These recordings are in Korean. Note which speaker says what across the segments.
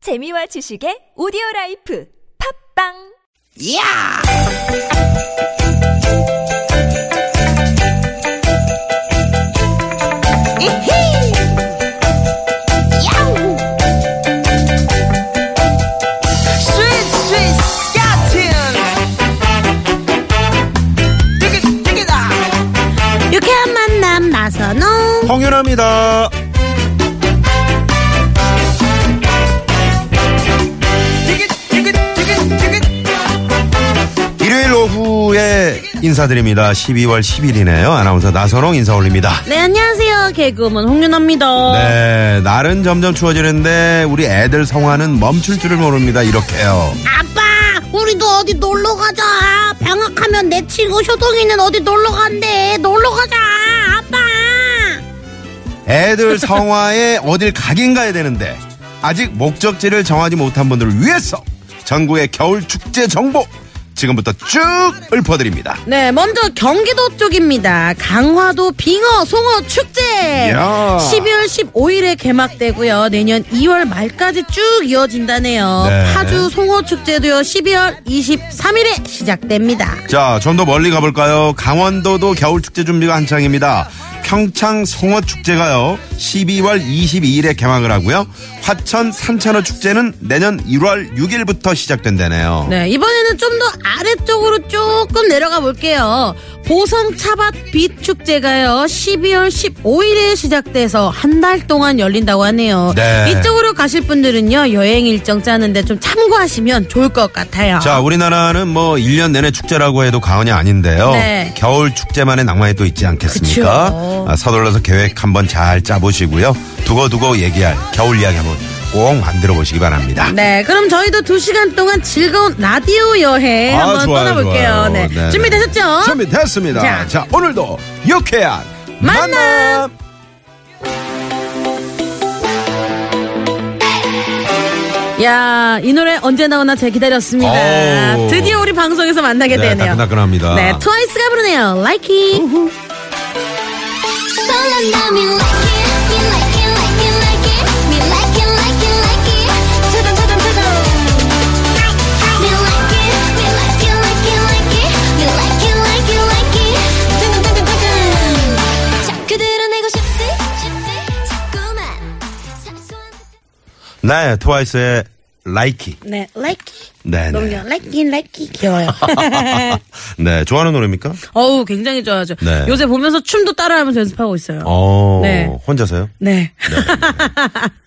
Speaker 1: 재미와 지식의 오디오 라이프 팝빵
Speaker 2: 야! 이히! 야우! 스윗 스윗 스카틴! 티켓 티켓아!
Speaker 3: 유쾌한 만남 나선홍
Speaker 4: 홍윤아입니다.
Speaker 2: 티켓 티켓 티켓 티켓!
Speaker 4: 일요일 오후에 인사드립니다. 12월 10일이네요. 아나운서 나선홍 인사 올립니다.
Speaker 3: 네 안녕하세요 개그우먼 홍윤아입니다
Speaker 4: 네, 날은 점점 추워지는데 우리 애들 성화는 멈출 줄을 모릅니다. 이렇게요.
Speaker 3: 아빠 우리도 어디 놀러 가자 방학하면 내 친구 효동이는 어디 놀러 간대 놀러 가자 아빠
Speaker 4: 애들 성화에 어딜 가긴 가야 되는데 아직 목적지를 정하지 못한 분들을 위해서 전국의 겨울 축제 정보 지금부터 쭉 읊어드립니다.
Speaker 3: 네 먼저 경기도 쪽입니다 강화도 빙어 송어 축제
Speaker 4: 이야.
Speaker 3: 12월 15일에 개막되고요 내년 2월 말까지 쭉 이어진다네요
Speaker 4: 네.
Speaker 3: 파주 송어 축제도요 12월 23일에 시작됩니다
Speaker 4: 자, 좀 더 멀리 가볼까요? 강원도도 겨울축제 준비가 한창입니다. 평창 송어축제가요, 12월 22일에 개막을 하고요. 화천 산천어축제는 내년 1월 6일부터 시작된다네요.
Speaker 3: 네, 이번에는 좀 더 아래쪽으로 조금 내려가 볼게요. 보성 차밭 빛 축제가요. 12월 15일에 시작돼서 한 달 동안 열린다고 하네요.
Speaker 4: 네.
Speaker 3: 이쪽으로 가실 분들은요. 여행 일정 짜는데 좀 참고하시면 좋을 것 같아요.
Speaker 4: 자, 우리나라는 뭐 1년 내내 축제라고 해도 과언이 아닌데요.
Speaker 3: 네.
Speaker 4: 겨울 축제만의 낭만이 또 있지 않겠습니까?
Speaker 3: 그쵸.
Speaker 4: 아, 서둘러서 계획 한번 잘 짜보시고요. 두고두고 얘기할 겨울 이야기 한번 꼭 만들어 보시기 바랍니다.
Speaker 3: 네, 그럼 저희도 두 시간 동안 즐거운 라디오 여행
Speaker 4: 아,
Speaker 3: 한번
Speaker 4: 좋아요,
Speaker 3: 떠나볼게요.
Speaker 4: 좋아요.
Speaker 3: 네.
Speaker 4: 네, 네.
Speaker 3: 준비되셨죠?
Speaker 4: 준비됐습니다.
Speaker 3: 자.
Speaker 4: 자, 오늘도 유쾌한
Speaker 3: 만남.
Speaker 4: 만남.
Speaker 3: 야, 이 노래 언제 나오나 제 기다렸습니다.
Speaker 4: 어우.
Speaker 3: 드디어 우리 방송에서 만나게
Speaker 4: 네,
Speaker 3: 되네요.
Speaker 4: 따끈따끈합니다.
Speaker 3: 네, 트와이스가 부르네요. Like it.
Speaker 4: 네, 트와이스의 라이키.
Speaker 3: 네, like it.
Speaker 4: 네,
Speaker 3: 너무
Speaker 4: 네.
Speaker 3: 귀여워. like it, like it. 귀여워요.
Speaker 4: 네, 좋아하는 노래입니까?
Speaker 3: 어우, 굉장히 좋아하죠.
Speaker 4: 네.
Speaker 3: 요새 보면서 춤도 따라하면서 연습하고 있어요.
Speaker 4: 어,
Speaker 3: 네.
Speaker 4: 혼자서요?
Speaker 3: 네.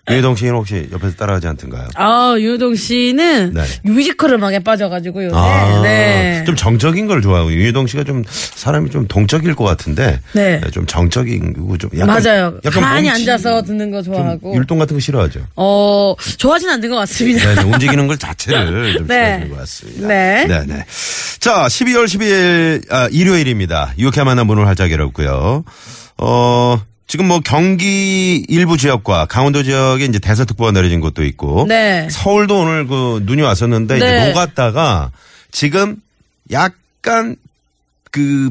Speaker 4: 유희동 씨는 혹시 옆에서 따라하지 않던가요?
Speaker 3: 아, 유동 씨는
Speaker 4: 네.
Speaker 3: 뮤지컬 음악에 빠져가지고 요새. 아. 네.
Speaker 4: 아, 좀 정적인 걸 좋아하고 유희동 씨가 좀 사람이 좀 동적일 것 같은데,
Speaker 3: 네.
Speaker 4: 좀 정적이고 좀 약간
Speaker 3: 맞아요. 가만히
Speaker 4: 몸치-
Speaker 3: 앉아서 듣는 거 좋아하고.
Speaker 4: 좀 율동 같은 거 싫어하죠.
Speaker 3: 어, 좋아하진 않는 것 같습니다.
Speaker 4: 네, 네, 움직이는 걸 자체를 좀
Speaker 3: 네.
Speaker 4: 싫어하는 것 같습니다.
Speaker 3: 네.
Speaker 4: 네, 네. 자, 12월 12일, 아, 일요일입니다. 이렇게 만난 분을 활짝 열었고요. 어, 지금 뭐 경기 일부 지역과 강원도 지역에 이제 대서특보가 내려진 곳도 있고.
Speaker 3: 네.
Speaker 4: 서울도 오늘 그 눈이 왔었는데
Speaker 3: 네.
Speaker 4: 이제 녹았다가 지금 약간 그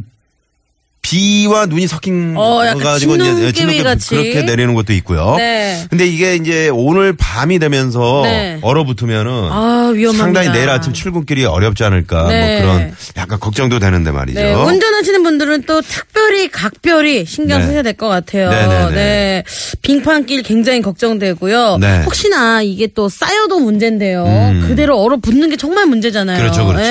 Speaker 4: 비와 눈이 섞인
Speaker 3: 어, 약간
Speaker 4: 가지고
Speaker 3: 진눈깨비
Speaker 4: 이제 진눈깨비
Speaker 3: 같이.
Speaker 4: 그렇게 내리는 곳도 있고요.
Speaker 3: 네.
Speaker 4: 근데 이게 이제 오늘 밤이 되면서
Speaker 3: 네.
Speaker 4: 얼어붙으면은
Speaker 3: 아, 위험합니다.
Speaker 4: 상당히 내일 아침 출근길이 어렵지 않을까
Speaker 3: 네.
Speaker 4: 뭐 그런 약간 걱정도 되는데 말이죠.
Speaker 3: 네, 운전하시는 분들은 또 특별히 각별히 신경
Speaker 4: 네.
Speaker 3: 쓰셔야 될 것 같아요.
Speaker 4: 네, 네, 네.
Speaker 3: 네, 빙판길 굉장히 걱정되고요.
Speaker 4: 네. 음.
Speaker 3: 혹시나 이게 또 쌓여도 문제인데요. 그대로 얼어붙는 게 정말 문제잖아요. 네.
Speaker 4: 그렇죠, 그렇죠.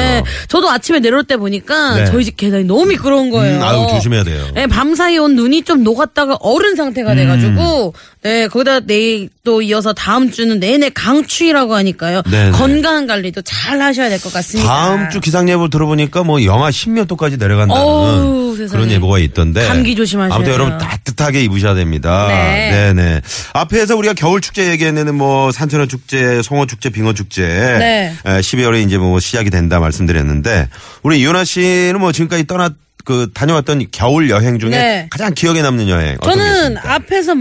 Speaker 3: 저도 아침에 내려올 때 보니까
Speaker 4: 네.
Speaker 3: 저희 집 계단이 너무 미끄러운 거예요.
Speaker 4: 음, 아유, 조심해야 돼요. 음.
Speaker 3: 네, 밤사이 온 눈이 좀 녹았다가 얼은 상태가 돼가지고 네, 거기다 내일 또 이어서 다음 주는 내내 강추위라고 하니까요.
Speaker 4: 네, 네.
Speaker 3: 건강 관리도 잘 하셔야 될 것 같습니다.
Speaker 4: 다음 주 기상 예보 들어보니까 뭐 영하 10몇 도까지 내려간다는
Speaker 3: 아. 어우, 세상에.
Speaker 4: 그런 예보가 있던데
Speaker 3: 감기 조심하셔야
Speaker 4: 아무튼
Speaker 3: 돼요.
Speaker 4: 여러분 따뜻하게 입으셔야 됩니다.
Speaker 3: 네.
Speaker 4: 네 앞에서 우리가 겨울 축제 얘기했는 뭐 산천어 축제, 송어 축제, 빙어 축제 예,
Speaker 3: 네.
Speaker 4: 에, 12월에 이제 뭐 시작이 된다 말씀드렸는데 우리 이윤아 씨는 뭐 지금까지 떠났 그 다녀왔던 겨울 여행 중에
Speaker 3: 네.
Speaker 4: 가장 기억에 남는 여행 어떤 게
Speaker 3: 저는
Speaker 4: 있습니까?
Speaker 3: 앞에서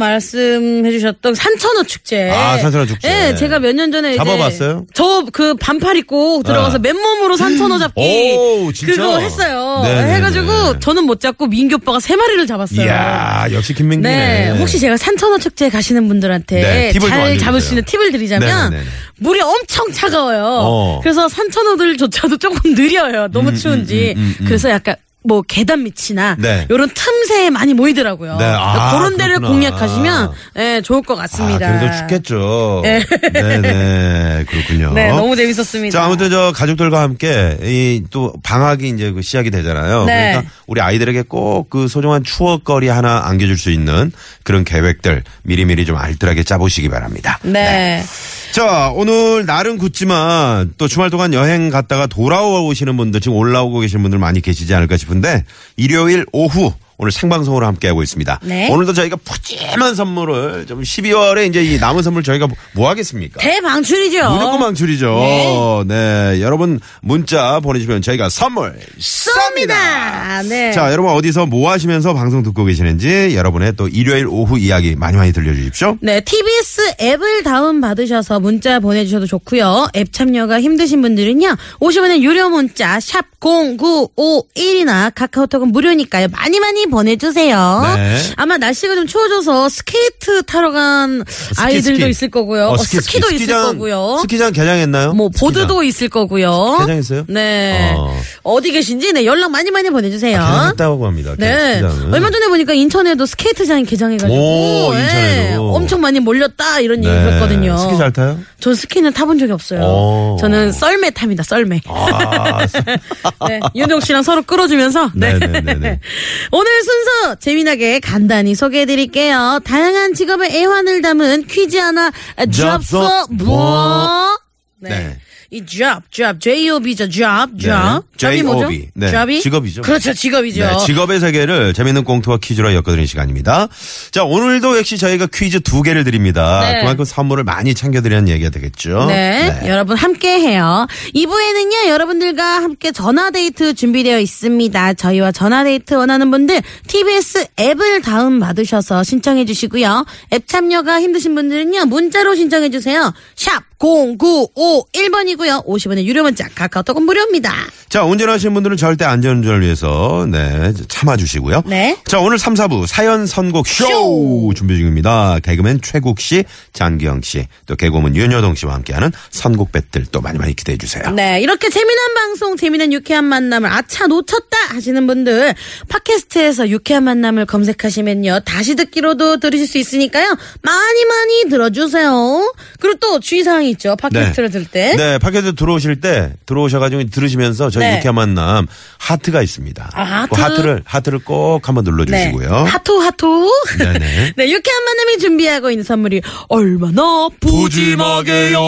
Speaker 3: 말씀해주셨던 산천어 축제.
Speaker 4: 아, 산천어 축제.
Speaker 3: 네, 제가 몇 년 전에
Speaker 4: 잡아봤어요?
Speaker 3: 저 그 반팔 입고 들어가서
Speaker 4: 아.
Speaker 3: 맨몸으로 산천어 잡기
Speaker 4: 오, 진짜?
Speaker 3: 그거 했어요.
Speaker 4: 네네네.
Speaker 3: 해가지고 저는 못 잡고 민규 오빠가 세 마리를 잡았어요.
Speaker 4: 이야 역시
Speaker 3: 네,
Speaker 4: 김민기네.
Speaker 3: 혹시 제가 산천어 축제 가시는 분들한테
Speaker 4: 네, 팁을 좀
Speaker 3: 잘
Speaker 4: 알려주세요.
Speaker 3: 잡을 수 있는 팁을 드리자면
Speaker 4: 네네네.
Speaker 3: 물이 엄청 차가워요.
Speaker 4: 어. 음,
Speaker 3: 그래서 산천어들조차도 조금 느려요. 너무 추운지. 그래서 약간 뭐 계단 밑이나
Speaker 4: 네.
Speaker 3: 이런 틈새에 많이 모이더라고요.
Speaker 4: 네, 아,
Speaker 3: 그런 데를
Speaker 4: 그렇구나.
Speaker 3: 공략하시면 예, 좋을 것 같습니다.
Speaker 4: 아, 그래도 춥겠죠. 네, 네, 그렇군요.
Speaker 3: 네, 너무 재밌었습니다.
Speaker 4: 자, 아무튼 저 가족들과 함께 이 또 방학이 이제 그 시작이 되잖아요.
Speaker 3: 네.
Speaker 4: 그러니까 우리 아이들에게 꼭 그 소중한 추억거리 하나 안겨줄 수 있는 그런 계획들 미리미리 좀 알뜰하게 짜보시기 바랍니다.
Speaker 3: 네.
Speaker 4: 자, 오늘 날은 굳지만 또 주말 동안 여행 갔다가 돌아오시는 분들 지금 올라오고 계신 분들 많이 계시지 않을까 싶은데 일요일 오후 오늘 생방송으로 함께하고 있습니다.
Speaker 3: 네.
Speaker 4: 오늘도 저희가 푸짐한 선물을 좀 12월에 이제 이 남은 선물 저희가 뭐- 뭐 하겠습니까?
Speaker 3: 대방출이죠.
Speaker 4: 무조건 망출이죠. 네. 여러분 문자 보내주시면 저희가 선물 쏩니다.
Speaker 3: 쏩니다. 네.
Speaker 4: 자, 여러분 어디서 뭐 하시면서 방송 듣고 계시는지 여러분의 또 일요일 오후 이야기 많이 많이 들려주십시오.
Speaker 3: 네, TBS 앱을 다운받으셔서 문자 보내주셔도 좋고요. 앱 참여가 힘드신 분들은요. 50원의 유료 문자 샵 0951이나 카카오톡은 무료니까요. 많이 많이 보내주세요.
Speaker 4: 네.
Speaker 3: 아마 날씨가 좀 추워져서 스케이트 타러 간 아이들도
Speaker 4: 스키.
Speaker 3: 있을 거고요.
Speaker 4: 어,
Speaker 3: 어,
Speaker 4: 스키,
Speaker 3: 스키, 도
Speaker 4: 스키.
Speaker 3: 있을
Speaker 4: 스키장,
Speaker 3: 거고요.
Speaker 4: 스키장 개장했나요?
Speaker 3: 뭐
Speaker 4: 스키장.
Speaker 3: 보드도 있을 거고요.
Speaker 4: 개장했어요?
Speaker 3: 네.
Speaker 4: 어. 아,
Speaker 3: 어. 디 계신지 네 연락 많이 많이 보내주세요.
Speaker 4: 개장했다고 합니다.
Speaker 3: 아? 네.
Speaker 4: 스키장은.
Speaker 3: 얼마 전에 보니까 인천에도 스케이트장이 개장해가지고
Speaker 4: 오,
Speaker 3: 예,
Speaker 4: 인천에도.
Speaker 3: 엄청 많이 몰렸다 이런
Speaker 4: 네.
Speaker 3: 얘기 들었거든요.
Speaker 4: 스키 잘 타요?
Speaker 3: 전 스키는 타본 적이 없어요.
Speaker 4: 오.
Speaker 3: 저는 썰매 탑니다. 썰매.
Speaker 4: 아, 스-
Speaker 3: 네, 윤종 씨랑 서로 끌어주면서 네.
Speaker 4: 네네네네.
Speaker 3: 오늘 순서 재미나게 간단히 소개해드릴게요. 다양한 직업의 애환을 담은 퀴즈 하나
Speaker 4: 잡서
Speaker 3: 잡서 뭐? 네.
Speaker 4: 네.
Speaker 3: 이 job, job, J-O-B죠, job, job.
Speaker 4: 네.
Speaker 3: job이 뭐죠?
Speaker 4: J-O-B. 네,
Speaker 3: job이?
Speaker 4: 직업이죠.
Speaker 3: 그렇죠, 직업이죠.
Speaker 4: 네, 직업의 세계를 재밌는 공투와 퀴즈로 엮어드리는 시간입니다. 자, 오늘도 역시 저희가 퀴즈 두 개를 드립니다.
Speaker 3: 네.
Speaker 4: 그만큼 선물을 많이 챙겨드리는 얘기가 되겠죠.
Speaker 3: 네, 여러분 함께 해요. 2부에는요, 여러분들과 함께 전화데이트 준비되어 있습니다. 저희와 전화데이트 원하는 분들, TBS 앱을 다운받으셔서 신청해 주시고요. 앱 참여가 힘드신 분들은요, 문자로 신청해 주세요. 샵 0951번이고요. 50원의 유료 문자, 카카오톡은 무료입니다.
Speaker 4: 자, 운전하시는 분들은 절대 안전운전을 위해서, 네, 참아주시고요.
Speaker 3: 네.
Speaker 4: 자, 오늘 3, 4부 사연 선곡 쇼!
Speaker 3: 쇼!
Speaker 4: 준비 중입니다. 개그맨 최국 씨, 장기영 씨, 또 개그맨 윤여동 씨와 함께하는 선곡 배틀 또 많이 많이 기대해주세요.
Speaker 3: 네, 이렇게 재미난 방송, 재미난 유쾌한 만남을 아차 놓쳤다 하시는 분들 팟캐스트에서 유쾌한 만남을 검색하시면요 다시 듣기로도 들으실 수 있으니까요 많이 많이 들어주세요. 그리고 또 주의사항이 있죠 팟캐스트를 들을 때.
Speaker 4: 네, 팟캐스트 들어오실 때 들어오셔가지고 들으시면서 저희
Speaker 3: 네.
Speaker 4: 이렇게 만남 하트가 있습니다.
Speaker 3: 아, 하트.
Speaker 4: 그 하트를 하트를 꼭 한번
Speaker 3: 네.
Speaker 4: 눌러주시고요.
Speaker 3: 하토 하토.
Speaker 4: 네네.
Speaker 3: 네, 유쾌한 만남이 준비하고 있는 선물이 얼마나
Speaker 4: 부짐하게요.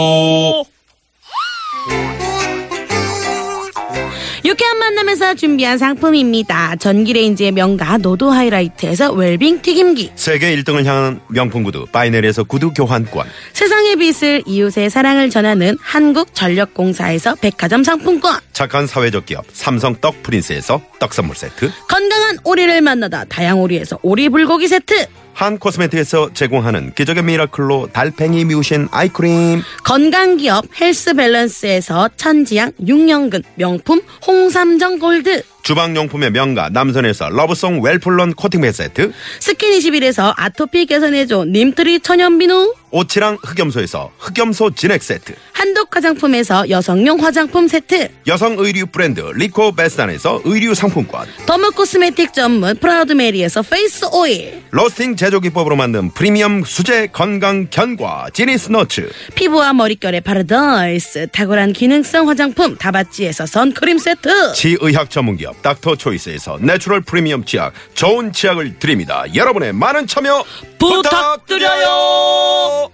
Speaker 3: 유쾌한 만남에서 준비한 상품입니다. 전기레인지의 명가 노도 하이라이트에서 웰빙 튀김기.
Speaker 4: 세계 1등을 향한 명품 구두 바이넬에서 구두 교환권.
Speaker 3: 세상의 빛을 이웃의 사랑을 전하는 한국전력공사에서 백화점 상품권
Speaker 4: 착한 사회적 기업 삼성 떡 프린스에서 떡 선물 세트.
Speaker 3: 건강한 오리를 만나다 다양오리에서 오리불고기 세트
Speaker 4: 한 코스메틱에서 제공하는 기적의 미라클로 달팽이 뮤신 아이크림.
Speaker 3: 건강기업 헬스밸런스에서 천지양 육년근 명품 홍삼정 골드
Speaker 4: 주방용품의 명가 남선에서 러브송 웰플런 코팅백 세트.
Speaker 3: 스킨21에서 아토피 개선해줘 님트리 천연비누
Speaker 4: 옷이랑 흑염소에서 흑염소 진액 세트.
Speaker 3: 한독 화장품에서 여성용 화장품 세트
Speaker 4: 여성 의류 브랜드 리코 베스탄에서 의류 상품권
Speaker 3: 더머 코스메틱 전문 프라우드메리에서 페이스 오일
Speaker 4: 로스팅 제조 기법으로 만든 프리미엄 수제 건강 견과 지니스 너츠
Speaker 3: 피부와 머릿결의 파라다이스 탁월한 기능성 화장품 다바찌에서 선크림 세트
Speaker 4: 치의학 전문기업 닥터 초이스에서 내추럴 프리미엄 치약 좋은 치약을 드립니다 여러분의 많은 참여 부탁드려요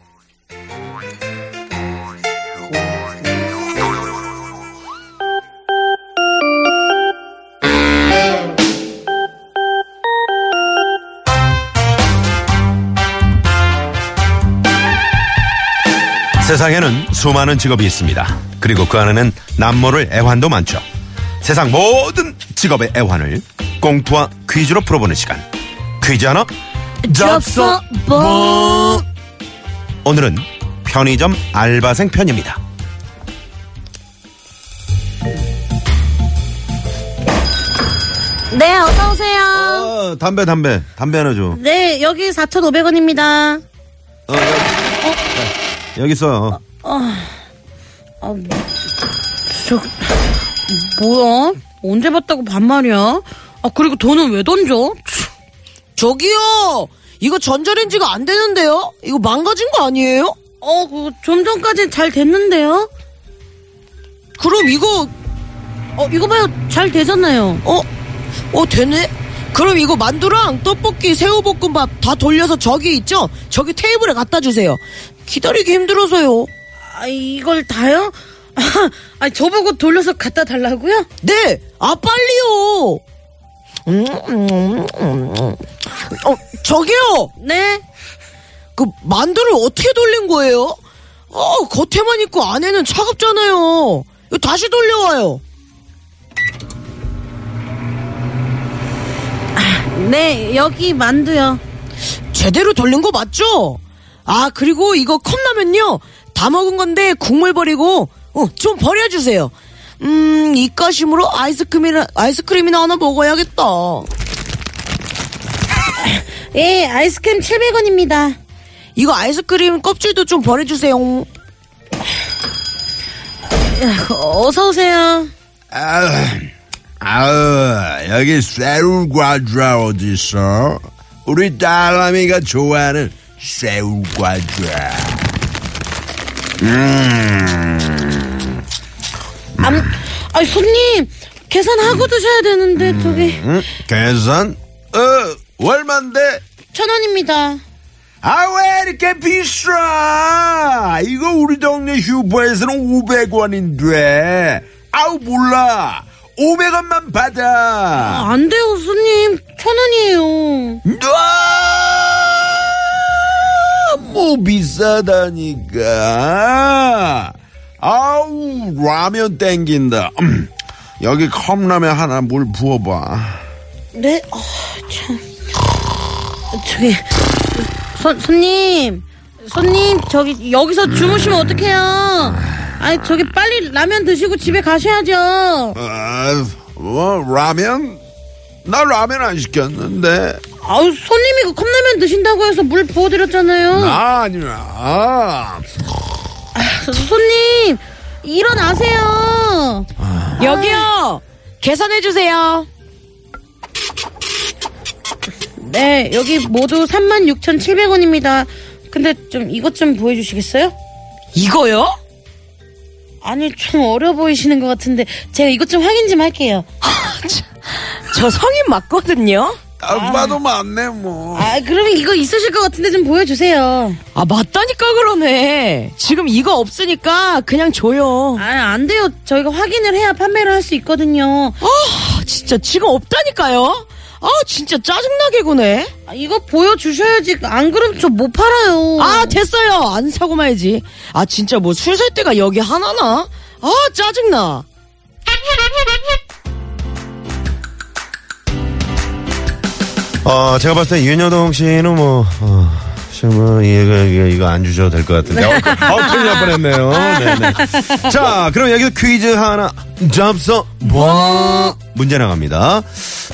Speaker 4: 세상에는 수많은 직업이 있습니다. 그리고 그 안에는 남모를 애환도 많죠. 세상 모든 직업의 애환을 공투와 퀴즈로 풀어보는 시간. 퀴즈 하나
Speaker 3: 접수 뭐
Speaker 4: 오늘은 편의점 알바생 편입니다.
Speaker 3: 네, 어서오세요.
Speaker 5: 아,
Speaker 4: 어, 담배 담배 담배 하나 줘.
Speaker 3: 네, 여기 4,500원입니다.
Speaker 4: 어, 여기 있어.
Speaker 3: 저, 뭐야? 언제 봤다고 반말이야? 아, 그리고 돈은 왜 던져? 치.
Speaker 6: 저기요, 이거 전자레인지가 안 되는데요? 이거 망가진 거 아니에요?
Speaker 3: 어, 그거 좀 전까지 잘 됐는데요?
Speaker 6: 그럼 이거,
Speaker 3: 어, 이거 봐요. 잘 되잖아요.
Speaker 6: 어, 어, 되네? 그럼 이거 만두랑 떡볶이, 새우볶음밥 다 돌려서 저기 있죠? 저기 테이블에 갖다 주세요. 기다리기 힘들어서요.
Speaker 3: 아, 이걸 다요? 아, 저보고 돌려서 갖다 달라고요?
Speaker 6: 네, 아, 빨리요! 음, 음, 음, 음. 어, 저기요!
Speaker 3: 네.
Speaker 6: 그 만두를 어떻게 돌린 거예요? 어, 겉에만 있고 안에는 차갑잖아요. 이거 다시 돌려와요.
Speaker 3: 네, 여기 만두요.
Speaker 6: 제대로 돌린 거 맞죠? 아 그리고 이거 컵라면요 다 먹은 건데 국물 버리고 어, 좀 버려주세요. 음 이까심으로 아이스크림이나 아이스크림이나 하나 먹어야겠다.
Speaker 3: 예, 아이스크림 700원입니다.
Speaker 6: 이거 아이스크림 껍질도 좀 버려주세요.
Speaker 3: 어서오세요.
Speaker 5: 아유, 아유, 어, 여기 새우 과자 어디 있어? 우리 딸아미가 좋아하는 새우 과자.
Speaker 3: 암, 아, 손님. 계산하고 드셔야 되는데, 저기.
Speaker 5: 응?
Speaker 4: 음.
Speaker 5: 계산? 어, 얼만데?
Speaker 3: 천 원입니다.
Speaker 5: 아, 왜 이렇게 비싸? 이거 우리 동네 슈퍼에서는 500원인데. 아우, 몰라. 500원만 받아.
Speaker 3: 안 돼요, 손님. 천 원이에요.
Speaker 5: 너무 비싸다니까. 아우 라면 땡긴다. 음, 여기 컵라면 하나 물 부어봐.
Speaker 3: 네, 아, 참. 저기, 손, 손님. 손님, 저기, 여기서 주무시면 어떡해요? 아니, 저기, 빨리 라면 드시고 집에 가셔야죠.
Speaker 5: 아, 뭐 라면? 나 라면 안 시켰는데.
Speaker 3: 아우, 손님이 그 컵라면 드신다고 해서 물 부어드렸잖아요.
Speaker 5: 아니야.
Speaker 3: 손님, 일어나세요.
Speaker 6: 여기요 계산해 주세요.
Speaker 3: 네, 여기 모두 36,700원입니다. 근데 좀, 이것 좀 보여주시겠어요?
Speaker 6: 이거요?
Speaker 3: 아니 좀 어려 보이시는 것 같은데 제가 이것 좀 확인 좀 할게요.
Speaker 6: 저 성인 맞거든요.
Speaker 5: 아빠도 맞네 뭐.
Speaker 3: 아 그러면 이거 있으실 것 같은데 좀 보여주세요.
Speaker 6: 아 맞다니까 그러네. 지금 이거 없으니까 그냥 줘요.
Speaker 3: 아 안 돼요. 저희가 확인을 해야 판매를 할 수 있거든요.
Speaker 6: 아 진짜 지금 없다니까요. 아 진짜 짜증나게 구네.
Speaker 3: 아, 이거 보여주셔야지. 안 그럼 저 못 팔아요.
Speaker 6: 아 됐어요 안 사고 말지 아 진짜 뭐 술 살 때가 여기 하나나 아 짜증나
Speaker 4: 어, 제가 봤을 때 윤여동 씨는 뭐, 어, 지금 뭐, 이거, 이거, 이거 안 주셔도 될 것 같은데. 어, 큰- 어, 큰일 날 뻔했네요. 네네. 자, 그럼 여기서 퀴즈 하나, 접수, 뭐. 문제 나갑니다.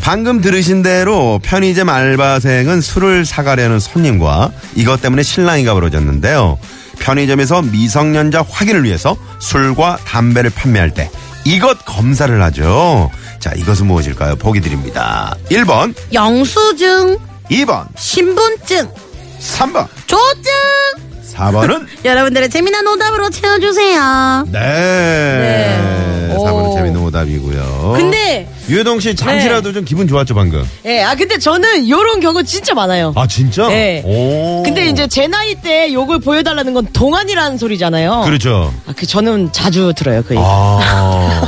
Speaker 4: 방금 들으신 대로 편의점 알바생은 술을 사가려는 손님과 이것 때문에 실랑이가 벌어졌는데요. 편의점에서 미성년자 확인을 위해서 술과 담배를 판매할 때 이것 검사를 하죠. 자, 이것은 무엇일까요? 보기 드립니다. 1번,
Speaker 3: 영수증,
Speaker 4: 2번,
Speaker 3: 신분증,
Speaker 4: 3번,
Speaker 3: 조증.
Speaker 4: 4번은
Speaker 3: 여러분들의 재미난 오답으로 채워주세요.
Speaker 4: 네. 4번은 재밌는 오답이고요.
Speaker 6: 근데
Speaker 4: 유해동 씨 잠시라도 좀 기분 좋았죠, 방금?
Speaker 6: 예 아 근데 저는 요런 경우 진짜 많아요
Speaker 4: 아, 진짜?
Speaker 6: 네.
Speaker 4: 오.
Speaker 6: 근데 이제 제 나이 때 요걸 보여달라는 건 동안이라는 소리잖아요
Speaker 4: 그렇죠.
Speaker 6: 아, 그 저는 자주 들어요 그 얘기
Speaker 4: 아.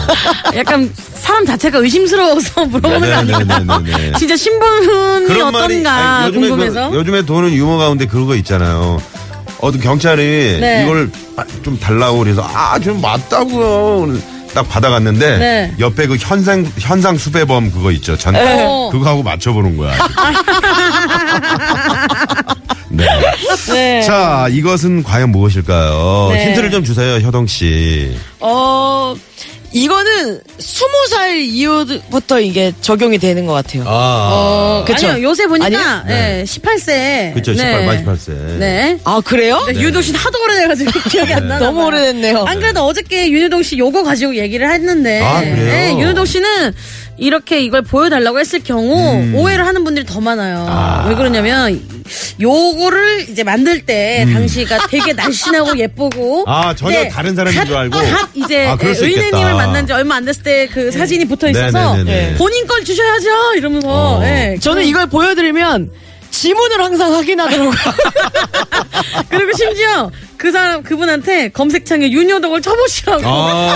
Speaker 3: 약간 사람 자체가 의심스러워서 물어보는 거 아니에요?
Speaker 4: 네, 네네네네.
Speaker 3: 진짜 신분이
Speaker 4: 그런 말이-
Speaker 3: 어떤가
Speaker 4: 아니, 요즘에
Speaker 3: 궁금해서.
Speaker 4: 그, 요즘에 도는 유머 가운데 그런 거 있잖아요. 어떤 경찰이
Speaker 3: 네.
Speaker 4: 이걸 아, 좀 달라고 그래서 아 좀 맞다고요. 딱 받아갔는데
Speaker 3: 네.
Speaker 4: 옆에 그 현상 현상 수배범 그거 있죠 장난
Speaker 3: 네.
Speaker 4: 그거하고 맞춰보는 거야. 네.
Speaker 3: 네.
Speaker 4: 자 이것은 과연 무엇일까요?
Speaker 3: 네.
Speaker 4: 힌트를 좀 주세요 효동 씨.
Speaker 6: 어, 이거는 스무 살 이후부터 이게 적용이 되는 것 같아요. 어,
Speaker 4: 아
Speaker 6: 그쵸?
Speaker 3: 아니요, 요새 보니까
Speaker 6: 아니요?
Speaker 3: 네. 18세.
Speaker 4: 그쵸, 18, 만 18 세.
Speaker 3: 어. 네.
Speaker 6: 아, 그래요?
Speaker 3: 윤효동 씨 하도 오래돼가지고 기억이
Speaker 4: 네.
Speaker 3: 안 나.
Speaker 6: 너무 오래됐네요.
Speaker 3: 안 그래도 어저께 윤효동 씨 요거 가지고 얘기를 했는데.
Speaker 4: 아, 그래요?
Speaker 3: 네, 윤효동 씨는 이렇게 이걸 보여달라고 했을 경우
Speaker 4: 음.
Speaker 3: 오해를 하는 분들이 더 많아요. 왜 그러냐면 요거를 이제 만들 때 당시가 되게 날씬하고 예쁘고.
Speaker 4: 음. 아, 전혀
Speaker 3: 이제
Speaker 4: 다른 사람인
Speaker 3: 갓-
Speaker 4: 줄 알고.
Speaker 3: 갓 이제
Speaker 4: 아, 그럴 수
Speaker 3: 의뢰님을
Speaker 4: 있겠다.
Speaker 3: 만난 지 얼마 안 됐을 때 그 사진이 붙어 있어서
Speaker 4: 네네네네.
Speaker 3: 본인 걸 주셔야죠 이러면서.
Speaker 4: 어.
Speaker 3: 예.
Speaker 6: 저는 이걸 보여드리면 지문을 항상 확인하더라고요.
Speaker 3: 그리고 심지어 그 사람 그분한테 검색창에 윤여동을 쳐보시라고
Speaker 4: 아,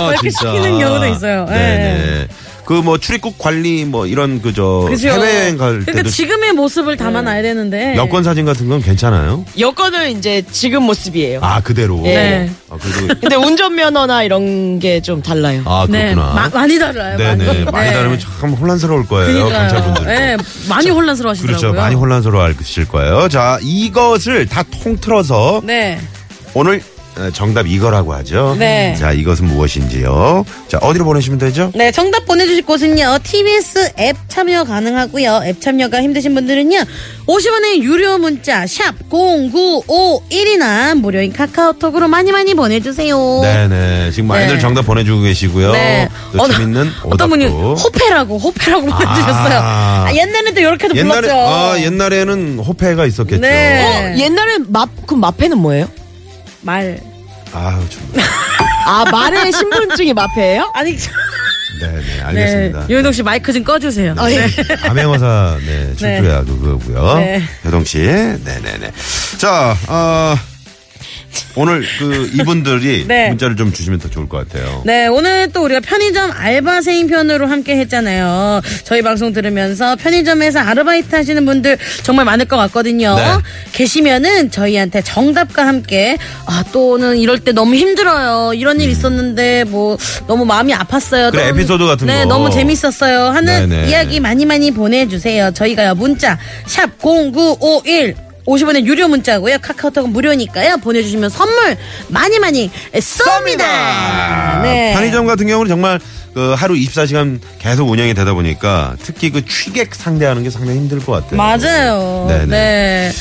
Speaker 3: 뭐 이렇게
Speaker 4: 진짜.
Speaker 3: 시키는 경우도 있어요. 예.
Speaker 4: 네네. 그 뭐 출입국 관리 뭐 이런 그저
Speaker 3: 그죠.
Speaker 4: 해외여행 갈
Speaker 3: 그러니까
Speaker 4: 때도 네.
Speaker 3: 지금의 모습을 담아놔야 되는데
Speaker 4: 여권 사진 같은 건 괜찮아요?
Speaker 6: 여권은 이제 지금 모습이에요.
Speaker 4: 아 그대로.
Speaker 3: 네.
Speaker 4: 아 그래도
Speaker 6: 근데 운전면허나 이런 게 좀 달라요.
Speaker 4: 아
Speaker 3: 네,
Speaker 4: 그렇구나.
Speaker 3: 마- 많이 달라요.
Speaker 4: 네네 많이
Speaker 3: 네.
Speaker 4: 다르면 참 혼란스러울 거예요
Speaker 3: 그러니까요.
Speaker 4: 경찰분들.
Speaker 3: 네, 많이 혼란스러워하시더라고요.
Speaker 4: 그렇죠 많이 혼란스러워하실 거예요. 자 이것을 다 통틀어서
Speaker 3: 네.
Speaker 4: 오늘 어, 정답 이거라고 하죠.
Speaker 3: 네.
Speaker 4: 자 이것은 무엇인지요. 자 어디로 보내시면 되죠?
Speaker 3: 네, 정답 보내주실 곳은요. TBS 앱 참여 가능하고요. 앱 참여가 힘드신 분들은요. 50원의 유료 문자 샵 0951이나 무료인 카카오톡으로 많이 많이 보내주세요.
Speaker 4: 네네 지금 많이들
Speaker 3: 네.
Speaker 4: 정답 보내주고 계시고요.
Speaker 3: 네.
Speaker 4: 또
Speaker 3: 어느-
Speaker 4: 재밌는 오답도.
Speaker 3: 어떤 분이 호패라고 호패라고 보내주셨어요. 아, 옛날에도 이렇게도
Speaker 4: 옛날에
Speaker 3: 불렀죠.
Speaker 4: 아 옛날에는 호패가 있었겠죠.
Speaker 3: 네.
Speaker 6: 어, 옛날에 마, 그 마패는 뭐예요?
Speaker 3: 말.
Speaker 4: 아우 정말.
Speaker 6: 아, 말의 신분증이 마패예요?
Speaker 3: 아니 참.
Speaker 4: 네네
Speaker 3: 네.
Speaker 4: 알겠습니다.
Speaker 3: 유동 씨 마이크 좀 꺼주세요.
Speaker 4: 아, 예.
Speaker 3: 네.
Speaker 4: 암행어사 네 출조야 그거고요.
Speaker 3: 네.
Speaker 4: 효동 씨, 네네네. 자, 아 오늘 그 이분들이
Speaker 3: 네.
Speaker 4: 문자를 좀 주시면 더 좋을 것 같아요.
Speaker 3: 네, 오늘 또 우리가 편의점 알바생 편으로 함께 했잖아요. 저희 방송 들으면서 편의점에서 아르바이트 하시는 분들 정말 많을 것 같거든요.
Speaker 4: 네.
Speaker 3: 계시면은 저희한테 정답과 함께 아, 또는 이럴 때 너무 힘들어요. 이런 일 있었는데 뭐 너무 마음이 아팠어요.
Speaker 4: 음. 그래,
Speaker 3: 너무-
Speaker 4: 에피소드 같은
Speaker 3: 네,
Speaker 4: 거.
Speaker 3: 너무 재밌었어요. 하는
Speaker 4: 네네.
Speaker 3: 이야기 많이 많이 보내주세요. 저희가요, 문자, 샵0951. 50원의 유료 문자고요. 카카오톡은 무료니까요. 보내주시면 선물 많이 많이 쏩니다. 네.
Speaker 4: 아, 편의점 같은 경우는 정말 그 하루 24시간 계속 운영이 되다 보니까 특히 그 취객 상대하는 게 상당히 힘들 것 같아요.
Speaker 3: 맞아요.
Speaker 4: 네네.
Speaker 3: 네.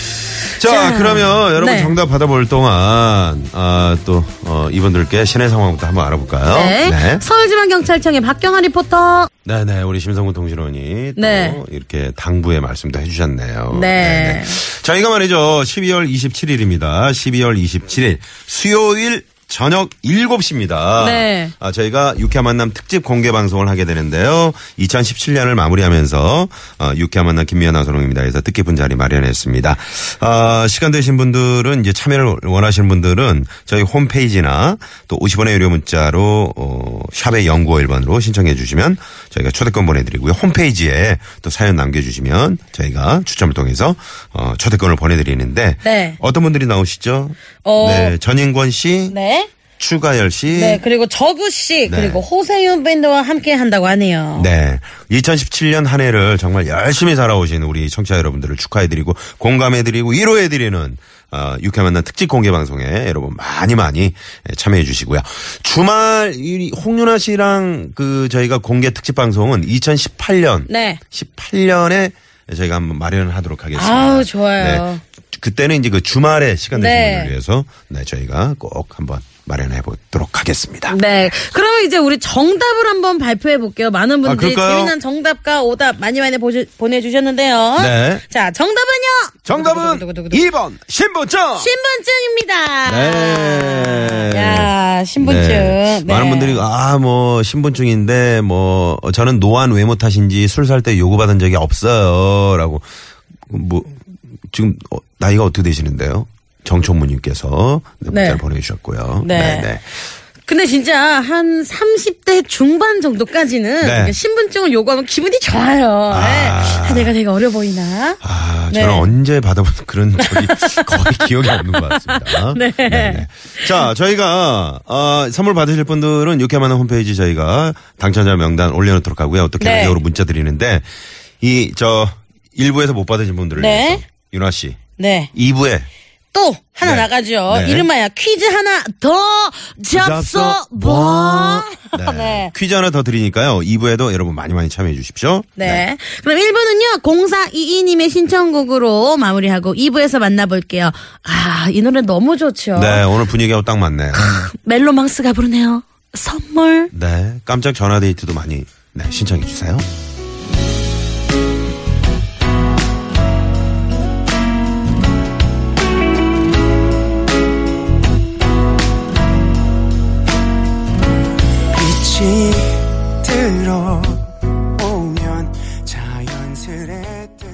Speaker 4: 자,
Speaker 3: 자,
Speaker 4: 그러면 여러분
Speaker 3: 네.
Speaker 4: 정답 받아볼 동안 아, 또 어, 이분들께 시내 상황부터 한번 알아볼까요?
Speaker 3: 네.
Speaker 4: 네.
Speaker 3: 서울지방경찰청의 박경아 리포터.
Speaker 4: 네네 우리 심성훈 동신원이 또
Speaker 3: 네.
Speaker 4: 이렇게 당부의 말씀도 해주셨네요.
Speaker 3: 네.
Speaker 4: 네네. 저희가 말이죠 12월 27일입니다. 12월 27일 수요일 저녁 7시입니다.
Speaker 3: 네.
Speaker 4: 아, 저희가 유쾌한 만남 특집 공개 방송을 하게 되는데요. 2017년을 마무리하면서 어, 유쾌한 만남 김미연 아소롱입니다에서 뜻깊은 자리 마련했습니다. 아, 시간 되신 분들은 이제 참여를 원하시는 분들은 저희 홈페이지나 또 50원의 유료 문자로 어, 샵의 연구어 1번으로 신청해 주시면 저희가 초대권 보내드리고요. 홈페이지에 또 사연 남겨주시면 저희가 추첨을 통해서 어, 초대권을 보내드리는데
Speaker 3: 네.
Speaker 4: 어떤 분들이 나오시죠?
Speaker 3: 어.
Speaker 4: 네, 전인권 씨,
Speaker 3: 네.
Speaker 4: 추가열 씨,
Speaker 3: 네. 그리고 저구씨.
Speaker 4: 음. 네.
Speaker 3: 그리고 호세윤 밴드와 함께 한다고 하네요.
Speaker 4: 네. 2017년 한 해를 정말 열심히 살아오신 우리 청취자 여러분들을 축하해드리고 공감해드리고 위로해드리는 어, 유쾌 만난 특집 공개 방송에 여러분 많이 많이 참여해 주시고요. 주말 이 홍윤아 씨랑 그 저희가 공개 특집 방송은 2018년
Speaker 3: 네.
Speaker 4: 18년에 저희가 한번 마련을 하도록 하겠습니다. 네.
Speaker 3: 아우, 좋아요.
Speaker 4: 그때는 이제 그 주말에 시간 되신
Speaker 3: 네.
Speaker 4: 분을 위해서 네, 저희가 꼭 한번 마련해 보도록 하겠습니다.
Speaker 3: 네. 그러면 이제 우리 정답을 한번 발표해 볼게요. 많은 분들이
Speaker 4: 아, 그럴까요?
Speaker 3: 재미난 정답과 오답 많이 많이 보시- 보내주셨는데요.
Speaker 4: 네.
Speaker 3: 자, 정답은요?
Speaker 4: 정답은
Speaker 3: 두구두구두구두구.
Speaker 4: 2번 신분증.
Speaker 3: 신분증입니다.
Speaker 4: 네.
Speaker 3: 야, 신분증.
Speaker 4: 네. 많은 분들이 아 뭐 신분증인데 뭐 저는 노안 외모 탓인지 술 살 때 요구 받은 적이 없어요라고 뭐 지금 어, 나이가 어떻게 되시는데요? 정촌무님께서 네, 문자를
Speaker 3: 네.
Speaker 4: 보내주셨고요.
Speaker 3: 네. 근데 진짜 한 30대 중반 정도까지는
Speaker 4: 네.
Speaker 3: 이게 신분증을 요구하면 기분이 좋아요.
Speaker 4: 아.
Speaker 3: 예. 아, 내가 되게 어려 보이나?
Speaker 4: 아, 저는 언제 받아본 그런 적이 거의 기억이 없는 것 같습니다. 네. 네. 자, 저희가 아, 선물 받으실 분들은 유쾌한 만남 홈페이지 저희가 당첨자 명단 올려놓도록 하고요. 어떻게
Speaker 6: 네.
Speaker 4: 개요로 문자 드리는데 이 저 일부에서 못 받으신 분들을
Speaker 3: 네.
Speaker 4: 위해서 윤아 씨
Speaker 3: 네.
Speaker 4: 2부에
Speaker 3: 또 하나
Speaker 4: 네.
Speaker 3: 나가죠.
Speaker 4: 네.
Speaker 3: 이름하여 퀴즈 하나 더 잡숴 봐.
Speaker 4: 뭐? 네. 퀴즈 하나 더 드리니까요. 2부에도 여러분 많이 많이 참여해 주십시오.
Speaker 3: 네. 그럼 1부는요, 0422님의 신청곡으로 마무리하고 2부에서 만나볼게요. 아, 이 노래 너무 좋죠.
Speaker 4: 네, 오늘 분위기가 딱 맞네요.
Speaker 3: 멜로망스가 부르네요. 선물.
Speaker 4: 네, 깜짝 전화 데이트도 많이 네, 신청해 주세요.
Speaker 2: 빛이 들어오면 자연스레